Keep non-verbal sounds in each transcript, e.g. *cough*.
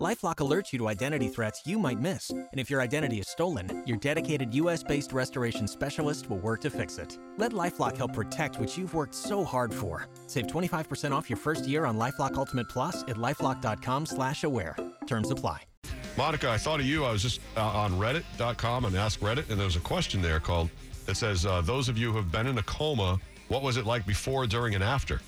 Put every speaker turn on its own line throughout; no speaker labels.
Lifelock alerts you to identity threats you might miss. And if your identity is stolen, your dedicated US based restoration specialist will work to fix it. Let Lifelock help protect what you've worked so hard for. Save 25% off your first year on Lifelock Ultimate Plus at lifelock.com slash aware. Terms apply.
Monica, I thought of you. I was just uh, on reddit.com and ask Reddit, and there was a question there called that says, uh, Those of you who have been in a coma, what was it like before, during, and after?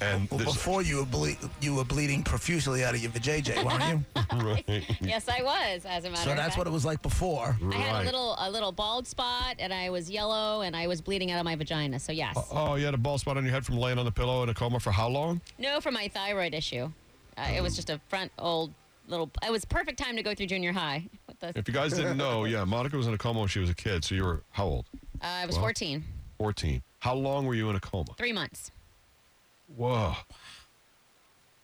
And
Well,
this-
before you were, ble- you were bleeding profusely out of your
*laughs*
vajayjay, weren't you?
*laughs*
*laughs*
Right.
Yes, I was, as a matter
so
of
that's
fact.
what it was like before.
I had
Right.
a little a little bald spot and I was yellow and I was bleeding out of my vagina. So yes.
Oh, you had a bald spot on your head from laying on the pillow in a coma for how long?
No for my thyroid issue. Uh, it
Oh.
was just a front old little it was perfect time to go through junior high. What the
If you guys didn't know, yeah, Monica was in a coma when she was a kid. So you were how old?
uh, I was
Well.
14.
14. How long were you in a coma?
3 months.
Whoa.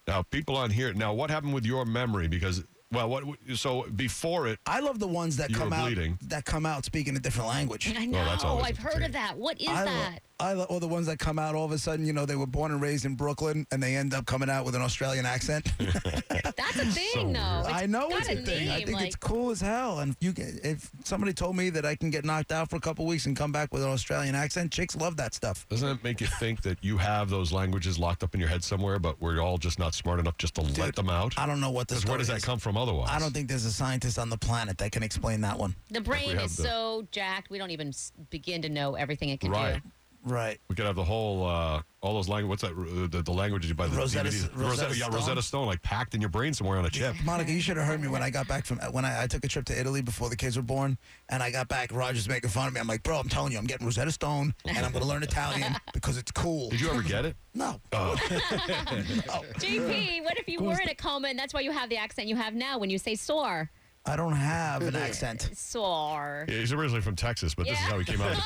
Now, people on here, now what happened with your memory? Because, well, what, so before it,
I love the ones that
You
come
were
out
bleeding.
that come out speaking a different language.
I know.
Well, that's always
I've heard
entertaining.
of that. What is
I lo- *laughs*
that?
I lo- or the ones that come out all of a sudden, you know, they were born and raised in Brooklyn and they end up coming out with an
*laughs*
Australian accent.
That's a thing
weird.
though. It's
I know
got
it's a thing. I
name,
think
like,
it's cool as hell. And you can, if somebody told me that I can get knocked out for a couple weeks and come back with an Australian accent, chicks love that stuff.
doesn't it make you think that you have those languages locked up in your head somewhere, but we're all just not smart enough just to let
Dude,
them out?
I don't know what this.
Because where does that come from otherwise?
I don't think there's a scientist on the planet that can explain that one.
the brain
have
is
the-
so jacked. We don't even s- begin to know everything it can
Right.
do.
Right.
We could have the whole, uh, all those language. What's that? uh, The, the languages by the
Rosetta-
DVDs?
Rosetta
yeah,
Stone?
Rosetta Stone, like packed in your brain somewhere on a
*laughs*
chip.
Monica, you should have heard me when I got back from when I, I took a trip to Italy before the kids were born, and I got back. Roger's making fun of me. I'm like, bro, I'm telling you, I'm getting Rosetta Stone, and I'm going to
*laughs*
learn Italian because it's cool.
Did you ever get it?
No,
JP, what if you were in a coma and that's why you have the accent you have now when you say sore?
I don't have
*laughs*
an accent.
Sore.
Yeah, he's originally from Texas, but this is
Yeah.
how he came out of the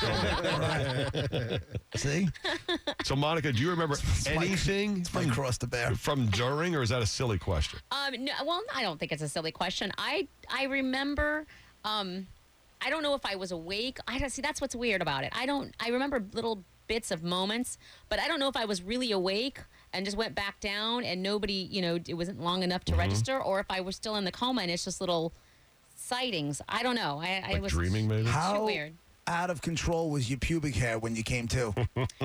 *laughs*
coma.
See,
so, Monica, do you remember
my-
anything
it's my cross to bear.
from during, or is that a silly question?
Um, no, well, I don't think it's a silly question. I I remember. Um, I don't know if I was awake. I don't see. That's what's weird about it. I don't. I remember little bits of moments, but I don't know if I was really awake and just went back down and nobody, you know, it wasn't long enough
Mm-hmm.
to register, or if I was still in the coma and it's just little sightings. I don't know. I, I
Like
was
dreaming, maybe?
How
weird.
out of control was your pubic hair when you came to?
*laughs*
*laughs*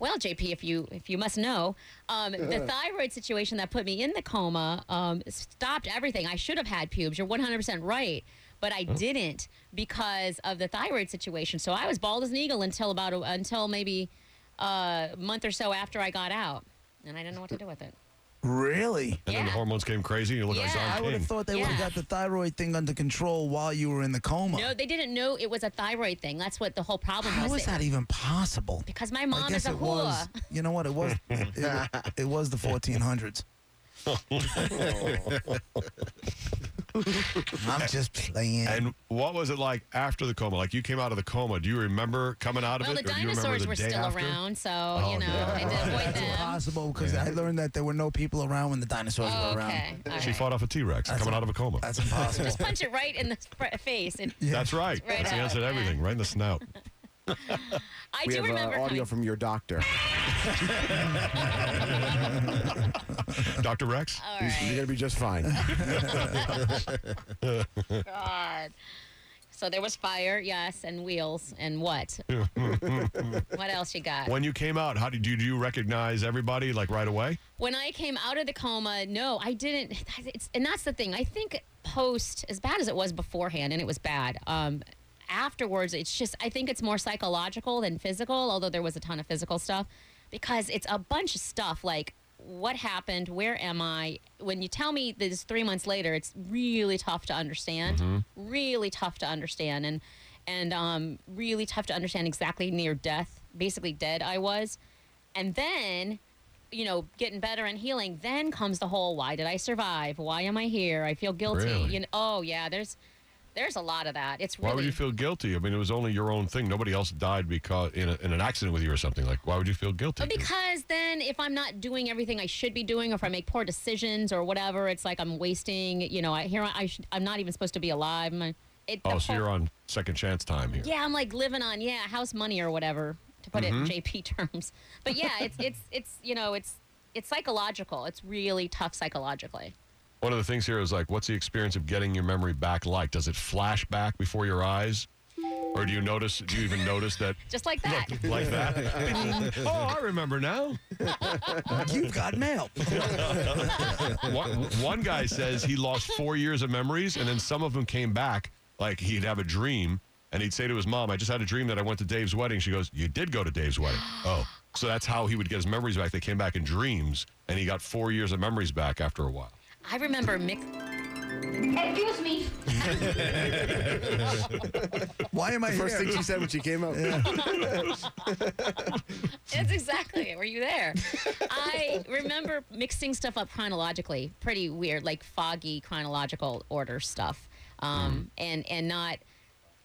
Well, JP, if you if you must know, um, the
Uh-huh.
thyroid situation that put me in the coma um, stopped everything. I should have had pubes. You're 100% right, but
Uh-huh.
I didn't because of the thyroid situation. So I was bald as an eagle until about a, until maybe uh, a month or so after I got out, and I didn't know what to do with it.
really?
And then the
Yeah.
hormones came crazy, and you look like
Yeah.
I
Don
would have
King.
thought they would have
Yeah.
got the thyroid thing under control while you were in the coma.
No, they didn't know it was a thyroid thing. That's what the whole problem
How
was.
is that even possible?
Because my
I
mom
guess
is a
it was.
whore.
You know what? It was. It, it- it was the
*laughs*
1400s. I'm just playing.
And what was it like after the coma? Like you came out of the coma. Do you remember coming out of
Well,
it?
the
or do you remember
dinosaurs
the
were
day
still
after?
around, so
Oh,
you know,
yeah.
I had
*laughs*
to avoid
It's
them.
impossible because
Yeah.
I learned that there were no people around when the dinosaurs
Oh,
were around.
okay. All
She
right.
fought off a T Rex coming out of a coma.
That's impossible.
Just punch it right in the fr- face. It,
*laughs* That's right.
Right
That's the
out,
answer to
yeah.
everything, right in the snout.
I
we
do
have uh,
remember
audio
coming-
from your doctor.
Dr.
*laughs*
Rex?
All
You're going
right.
to be
*laughs*
just fine.
God. So there was fire, yes, and wheels, and what? what else you got?
When you came out, how did you, do you recognize everybody like right away?
When I came out of the coma, no, I didn't. It's, and that's the thing. I think post, as bad as it was beforehand, and it was bad. Um, afterwards, it's just I think it's more psychological than physical. Although there was a ton of physical stuff, because it's a bunch of stuff like what happened, where am I? When you tell me this three months later, it's really tough to understand. Really tough to understand, and and um, really tough to understand exactly near death, basically dead I was, and then you know, getting better and healing, then comes the whole why did I survive? Why am I here? I feel guilty.
Really?
You know, oh yeah, there's There's a lot of that. It's really
Why would you feel guilty? I mean, it was only your own thing. Nobody else died because in, a, in an accident with you or something. Like, why would you feel guilty?
But because then, if I'm not doing everything I should be doing, or if I make poor decisions or whatever, it's like I'm wasting. You know, I here I should, I'm not even supposed to be alive. My, it, the
oh, so
whole-
you're on second chance time here.
Yeah, I'm like living on yeah house money or whatever to put
Mm-hmm.
it in JP *laughs* terms. But yeah, it's it's it's you know it's it's psychological. It's really tough psychologically.
One of the things here is like, what's the experience of getting your memory back like? Does it flash back before your eyes? Or do you notice, do you even notice that?
Just like that.
Like that? oh, I remember now.
You've
*laughs*
got mail.
One, one guy says he lost four years of memories, and then some of them came back. Like he'd have a dream, and he'd say to his mom, "I just had a dream that I went to Dave's wedding." She goes, "You did go to Dave's wedding." Oh, so that's how he would get his memories back. They came back in dreams, and he got four years of memories back after a while.
I remember mix.
Excuse me.
Why am I
First
here?
thing she said when she came up.
That's exactly it. Were you there? I remember mixing stuff up chronologically, pretty weird, like foggy chronological order stuff, um, and and not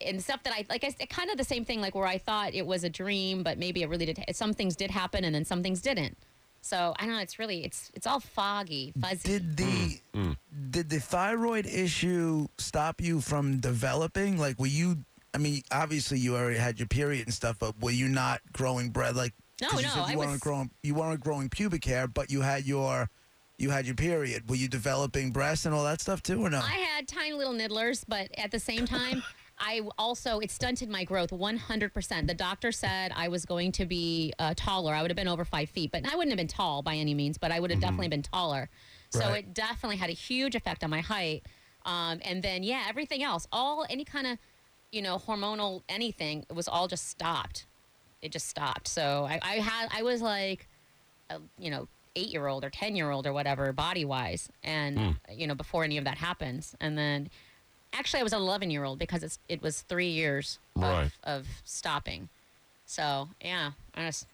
and stuff that I like. I s- kind of the same thing, like where I thought it was a dream, but maybe it really did. Some things did happen, and then some things didn't. So I don't know. It's really it's it's all foggy, fuzzy.
Did the did the thyroid issue stop you from developing? Like, were you? I mean, obviously you already had your period and stuff, but were you not growing bread? Like,
No,
'cause you
no,
said you
I
weren't
was-
growing. You weren't growing pubic hair, but you had your you had your period. Were you developing breasts and all that stuff too, or no?
I had tiny little niddlers, but at the same time, I also it stunted my growth 100%. The doctor said I was going to be uh, taller. I would have been over five feet, but I wouldn't have been tall by any means. But I would have definitely been taller. So
Right.
it definitely had a huge effect on my height. Um, and then yeah, everything else, all any kind of you know hormonal anything, it was all just stopped. It just stopped. So I, I had I was like a, you know, eight year old or 10 year old or whatever, body wise. And,
Hmm.
you know, before any of that happens. And then actually, I was an 11 year old because it's, it was three years of,
Right.
of stopping. So, yeah. I just,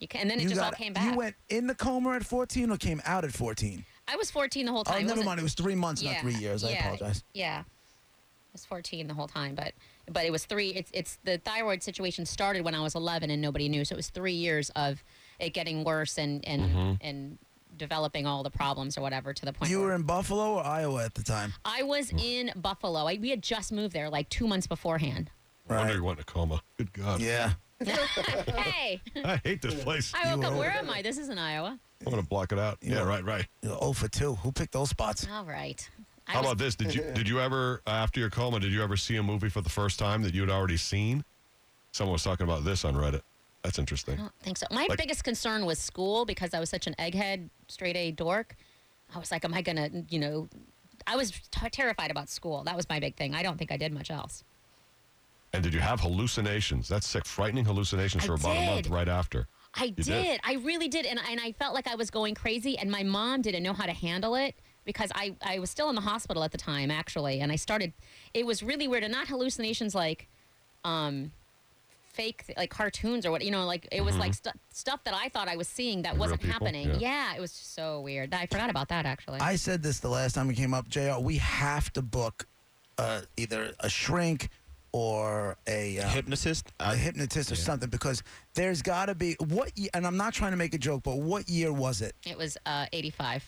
you can, and then it
you
just all
got-
came back.
You went in the coma at 14 or came out at 14?
I was 14 the whole time.
oh, never
wasn't-
mind. It was three months, not three years. I
yeah,
apologize.
Yeah. I was 14 the whole time, but but it was 3 it's it's the thyroid situation started when I was 11 and nobody knew. So it was 3 years of it getting worse and and
Mm-hmm.
and developing all the problems or whatever to the point
You
where
were in Buffalo or Iowa at the time?
I was
Mm.
in Buffalo. I, we had just moved there like 2
*laughs*
months beforehand.
No Wonder you went in a coma. Good God,
Yeah.
hey, *laughs*
I hate this place. I
I woke
were
up where
over
am I? This isn't Iowa.
want to block it out. Yeah, right, right.
You're 0 Oh, for 2. Who picked those spots?
All right. I
How
was-
about this? Did
*laughs*
you did you ever after your coma? Did you ever see a movie for the first time that you had already seen? Someone was talking about this on Reddit. That's interesting.
I don't think so. My
Like-
biggest concern was school because I was such an egghead, straight A dork. I was like, am I going to, you know, I was t- terrified about school. That was my big thing. I don't think I did much else.
And did you have hallucinations? That's sick. Frightening hallucinations
I
for about a month
did.
right after.
I
did.
did. I really did. And, and I felt like I was going crazy, and my mom didn't know how to handle it because I, I was still in the hospital at the time, actually. And I started, it was really weird. And not hallucinations like um, fake, like cartoons or what, you know, like it was like stu- stuff that I thought I was seeing that
real
wasn't
people?
happening.
Yeah.
Yeah. it was just so weird. I forgot about that, actually.
I said this the last time we came up, JR. We have to book uh, either a shrink or a, uh,
hypnotist.
a
I,
hypnotist or something because there's got to be what ye and I'm not trying to make a joke, but what year was it?
It was uh, 85.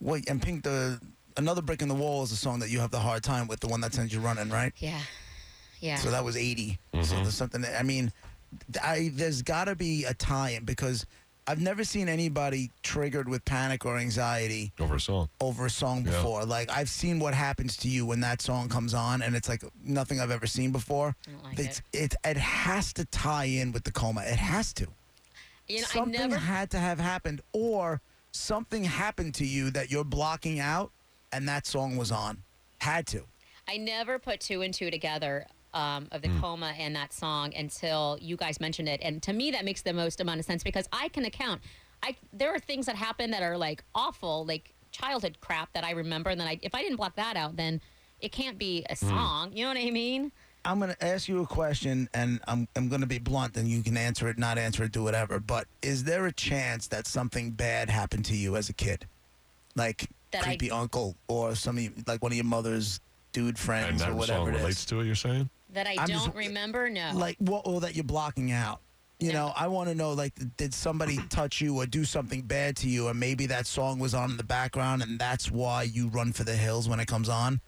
What and Pink the another brick in the wall is a song that you have the hard time with, the one that sends you running, right?
Yeah. Yeah.
So that was 80. So
Mm-hmm.
there's something that, I mean, th- I there's got to be a tie in because I've never seen anybody triggered with panic or anxiety
Over a song.
over a song
Yeah.
before. Like I've seen what happens to you when that song comes on and it's like nothing I've ever seen before.
I don't like
it's, it. it has to tie in with the coma. It has to.
you know, I
something
never.
had to have happened or something happened to you that you're blocking out and that song was on. Had to.
I never put two and two together um, of the
Hmm.
coma and that song until you guys mentioned it, and to me that makes the most amount of sense because I can account. I there are things that happen that are like awful, like childhood crap that I remember, and then I if I didn't block that out, then it can't be a
Hmm.
song. You know what I mean?
I'm going to ask you a question and I'm, I'm going to be blunt and you can answer it, not answer it, do whatever. But is there a chance that something bad happened to you as a kid? Like
That
e,
I-
creepy uncle or some of you, like one of your mother's dude
And
friends
that
or
song
whatever it
relates
is.
to it, you're saying?
That I
I'm
don't
just-
remember. No.
Like what or that you're blocking out. You know, I want to know like did
*clears throat*
somebody touch you or do something bad to you and maybe that song was on in the background and that's why you run for the hills when it comes on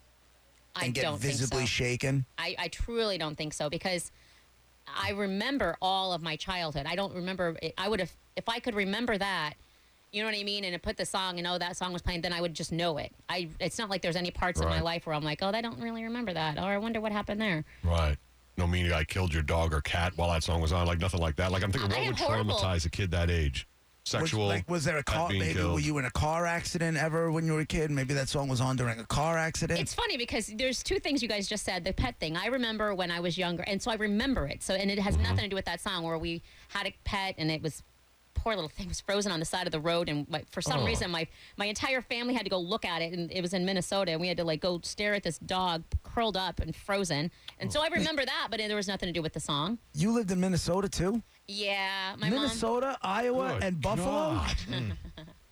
I
and get
don't
visibly
think so.
shaken.
I, I truly don't think so because I remember all of my childhood. I don't remember. I would have if I could remember that. You know what I mean? And it put the song and oh that song was playing. Then I would just know it. I it's not like there's any parts of my
Right.
life where I'm like oh I don't really remember that or I wonder what happened there.
Right. No meaning I killed your dog or cat while that song was on, like nothing like that. Like I'm thinking,
I
what
am
would
horrible.
traumatize a kid that age?
Was,
Sexual.
like, was there a
pet
car?
being
Maybe
killed.
were you in a car accident ever when you were a kid? Maybe that song was on during a car accident.
It's funny because there's two things you guys just said. The pet thing, I remember when I was younger, and so I remember it. So, and it has nothing to do with that song where we had a pet and it was poor little thing was frozen on the side of the road, and like, for some
Oh.
reason my my entire family had to go look at it, and it was in Minnesota, and we had to like go stare at this dog curled up and frozen. And so I remember that, but there was nothing to do with the song.
you lived in Minnesota too?
Yeah, my mom.
Minnesota, Iowa,
Good
and Buffalo.
God.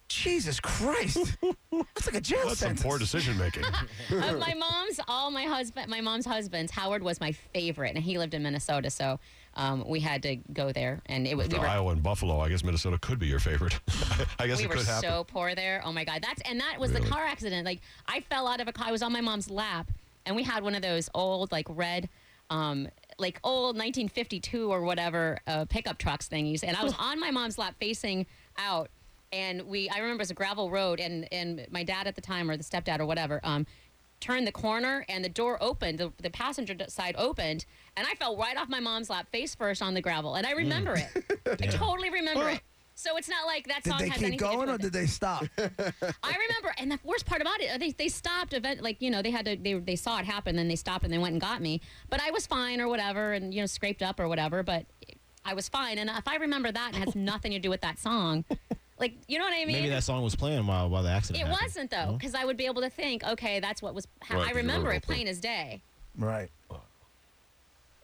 Jesus Christ! That's like a jail
That's some
sentence.
poor decision
*laughs*
making.
of uh, my mom's, all my husband, my mom's husbands, Howard was my favorite, and he lived in Minnesota, so um, we had to go there, and it was we
After
were
Iowa and Buffalo, I guess Minnesota could be your favorite. *laughs* I guess
we
it
were
could happen.
so poor there. Oh my god, that's and that was
Really?
the car accident. Like I fell out of a car. I was on my mom's lap, and we had one of those old like red, um, like old 1952 or whatever uh, pickup trucks thingies. And
*laughs*
I was on my mom's lap facing out, and we I remember it was a gravel road, and and my dad at the time or the stepdad or whatever. Um, turned the corner and the door opened the, the passenger d- side opened and i fell right off my mom's lap face first on the gravel and i remember
Hmm. *laughs*
it i totally remember it so it's not like that
Did
song
they
has
keep
anything to do
going
with
or
it.
did
*laughs*
they stop?
I remember, and the worst part about it, uh, they, they stopped. Event like you know they had to they they saw it happen, then they stopped and they went and got me. But I was fine or whatever, and you know scraped up or whatever. But I was fine, and if I remember that,
*laughs*
it has nothing to do with that song. Like you know what I mean?
Maybe that song was playing while while the accident.
it
happened.
wasn't though, because I would be able to think, okay, that's what was. Ha-
Right,
I
'cause you
remember
wrote it
it
down.
plain as day.
right.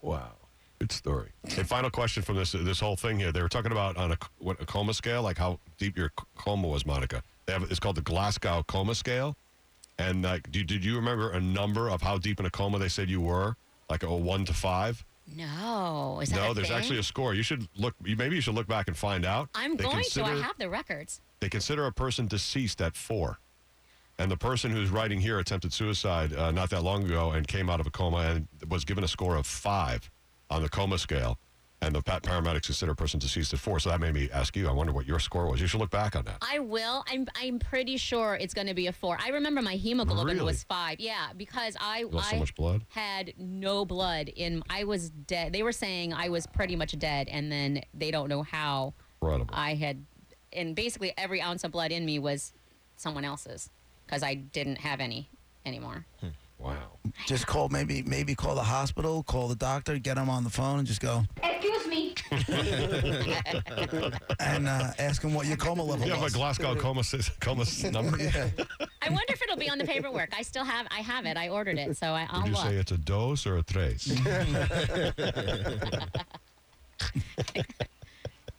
Wow. Good story. And final question from this this whole thing here. They were talking about on a, what, a coma scale, like how deep your c- coma was, Monica. They have it's called the Glasgow coma scale. And like, do, did you remember a number of how deep in a coma they said you were? Like a one to five?
No, is that
no,
a
there's
thing?
actually a score. You should look. you- Maybe you should look back and find out.
I'm
They
going to. I
consider-
have the records.
They consider a person deceased at four. And the person who's writing here attempted suicide uh, not that long ago and came out of a coma and was given a score of five on the coma scale. And the pat paramedics consider a person deceased at four. So that made me ask you, I wonder what your score was. You should look back on that.
I will. I'm I'm pretty sure it's going to be a four. I remember my hemoglobin
Really?
was five. Yeah, because I
lost so
I
much blood?
had no blood in. I was dead. They were saying I was pretty much dead, and then they don't know how
Incredible.
I had, and basically every ounce of blood in me was someone else's because I didn't have any anymore.
wow.
Just call maybe maybe call the hospital, call the doctor, get them on the phone, and just go
Excuse me.
and uh, ask them what your coma level
*laughs* You have a
was.
Glasgow coma, s- coma s- number?
I wonder if it'll be on the paperwork. I still have. I have it. I ordered it, so I, I'll
Would you
look.
say it's a dos or a tres?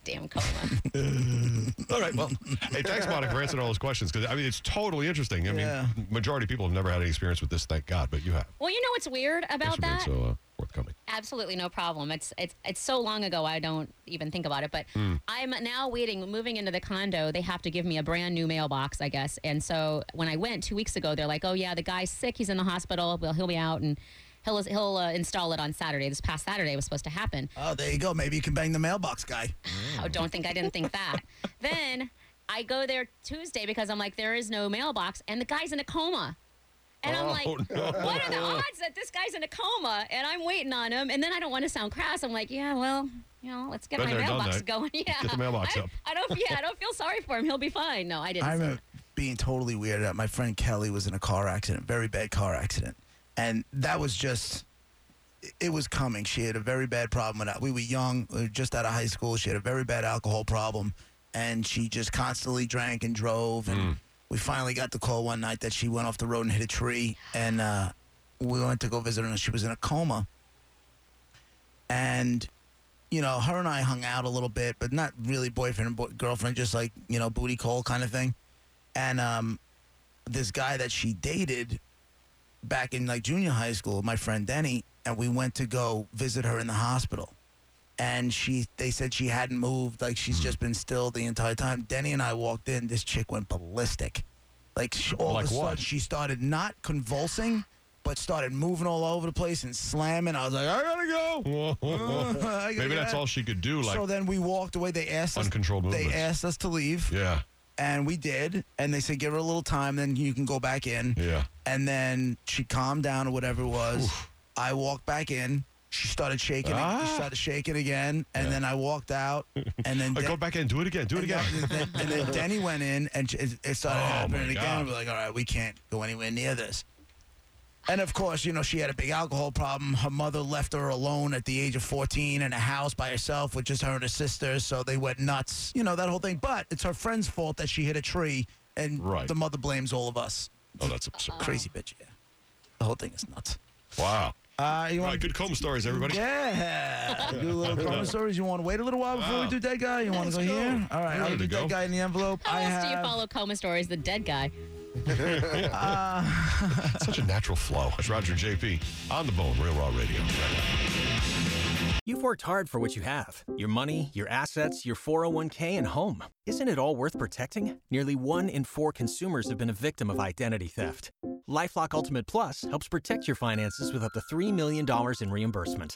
Damn coma.
All right. Well, hey, thanks, Monica, for answering all those questions. Because I mean, it's totally interesting. I
Yeah.
mean, majority of people have never had any experience with this. Thank God, but you have.
well, you know what's weird
Thanks
about
for being
that?
so uh, forthcoming.
Absolutely no problem. It's it's it's so long ago I don't even think about it. But I'm now waiting, moving into the condo. They have to give me a brand new mailbox, I guess. And so when I went two weeks ago, they're like, "Oh yeah, the guy's sick. He's in the hospital. Well, he'll be out and he'll he'll uh, install it on Saturday. This past Saturday was supposed to happen.
Oh, there you go. Maybe you can bang the mailbox guy.
Oh, don't think I didn't
*laughs*
think that. then I go there Tuesday because I'm like, there is no mailbox, and the guy's in a coma. And I'm like,
Oh, *laughs* no.
what are the odds that this guy's in a coma and I'm waiting on him? And then I don't want to sound crass. I'm like, yeah, well, you know, let's get
Been
my
there, done
mailbox
that.
going. *laughs* Yeah,
the mailbox
I,
up.
I don't. Yeah, I don't feel sorry for him. He'll be fine. No, I didn't.
I
say
remember being totally weirded out. My friend Kelly was in a car accident, very bad car accident, and that was just. It was coming. She had a very bad problem. With, al- we were young, we were just out of high school. She had a very bad alcohol problem, and she just constantly drank and drove. And we finally got the call one night that she went off the road and hit a tree. And uh, we went to go visit her, and she was in a coma. And you know, her and I hung out a little bit, but not really boyfriend and boy- girlfriend, just like, you know, booty call kind of thing. And um, this guy that she dated back in like junior high school, my friend Denny, and we went to go visit her in the hospital. And she, they said she hadn't moved, like
Hmm.
she's just been still the entire time. Denny and I walked in. This chick went ballistic, like she, all
Like
of a sudden
what?
she started not convulsing, but started moving all over the place and slamming. I was like, I gotta go. *laughs*
Whoa, whoa, whoa.
I gotta
Maybe
get
that's
out.
all she could do. Like,
so then we walked away. They asked us.
Uncontrolled
They
movements.
asked us to leave,
yeah,
and we did. And they said, give her a little time, then you can go back in.
yeah.
And then she calmed down or whatever it was. I walked back in. She started shaking.
Ah.
She started shaking again, and then I walked out. And
*laughs*
then
Like,
Den-
go back in. Do it again. Do it
and
again.
then, and then Denny went in, and it it started
Oh,
happening
my
again.
God.
We're like, all right, we can't go anywhere near this. And of course, you know, she had a big alcohol problem. Her mother left her alone at the age of 14 in a house by herself with just her and her sister. So they went nuts, you know, that whole thing. But it's her friend's fault that she hit a tree, and
Right.
the mother blames all of us.
Oh, that's absurd.
Crazy bitch, yeah. The whole thing is nuts.
Wow.
Uh, you
All
want
right, good comb stories, everybody. *laughs*
yeah. Do a little Carmen stories. You want to wait a little while before
Wow.
we do that guy? You want to
Let's
go,
go.
here? All right,
We're
I'll
ready to
do
go.
that guy in the envelope.
How
I
else do you
have-
follow coma stories? The dead guy.
Such a natural flow. That's Roger and JP on the Bone Real Raw Radio.
You've worked hard for what you have your money, your assets, your 401k, and home. Isn't it all worth protecting? Nearly one in four consumers have been a victim of identity theft. Lifelock Ultimate Plus helps protect your finances with up to $3 million in reimbursement.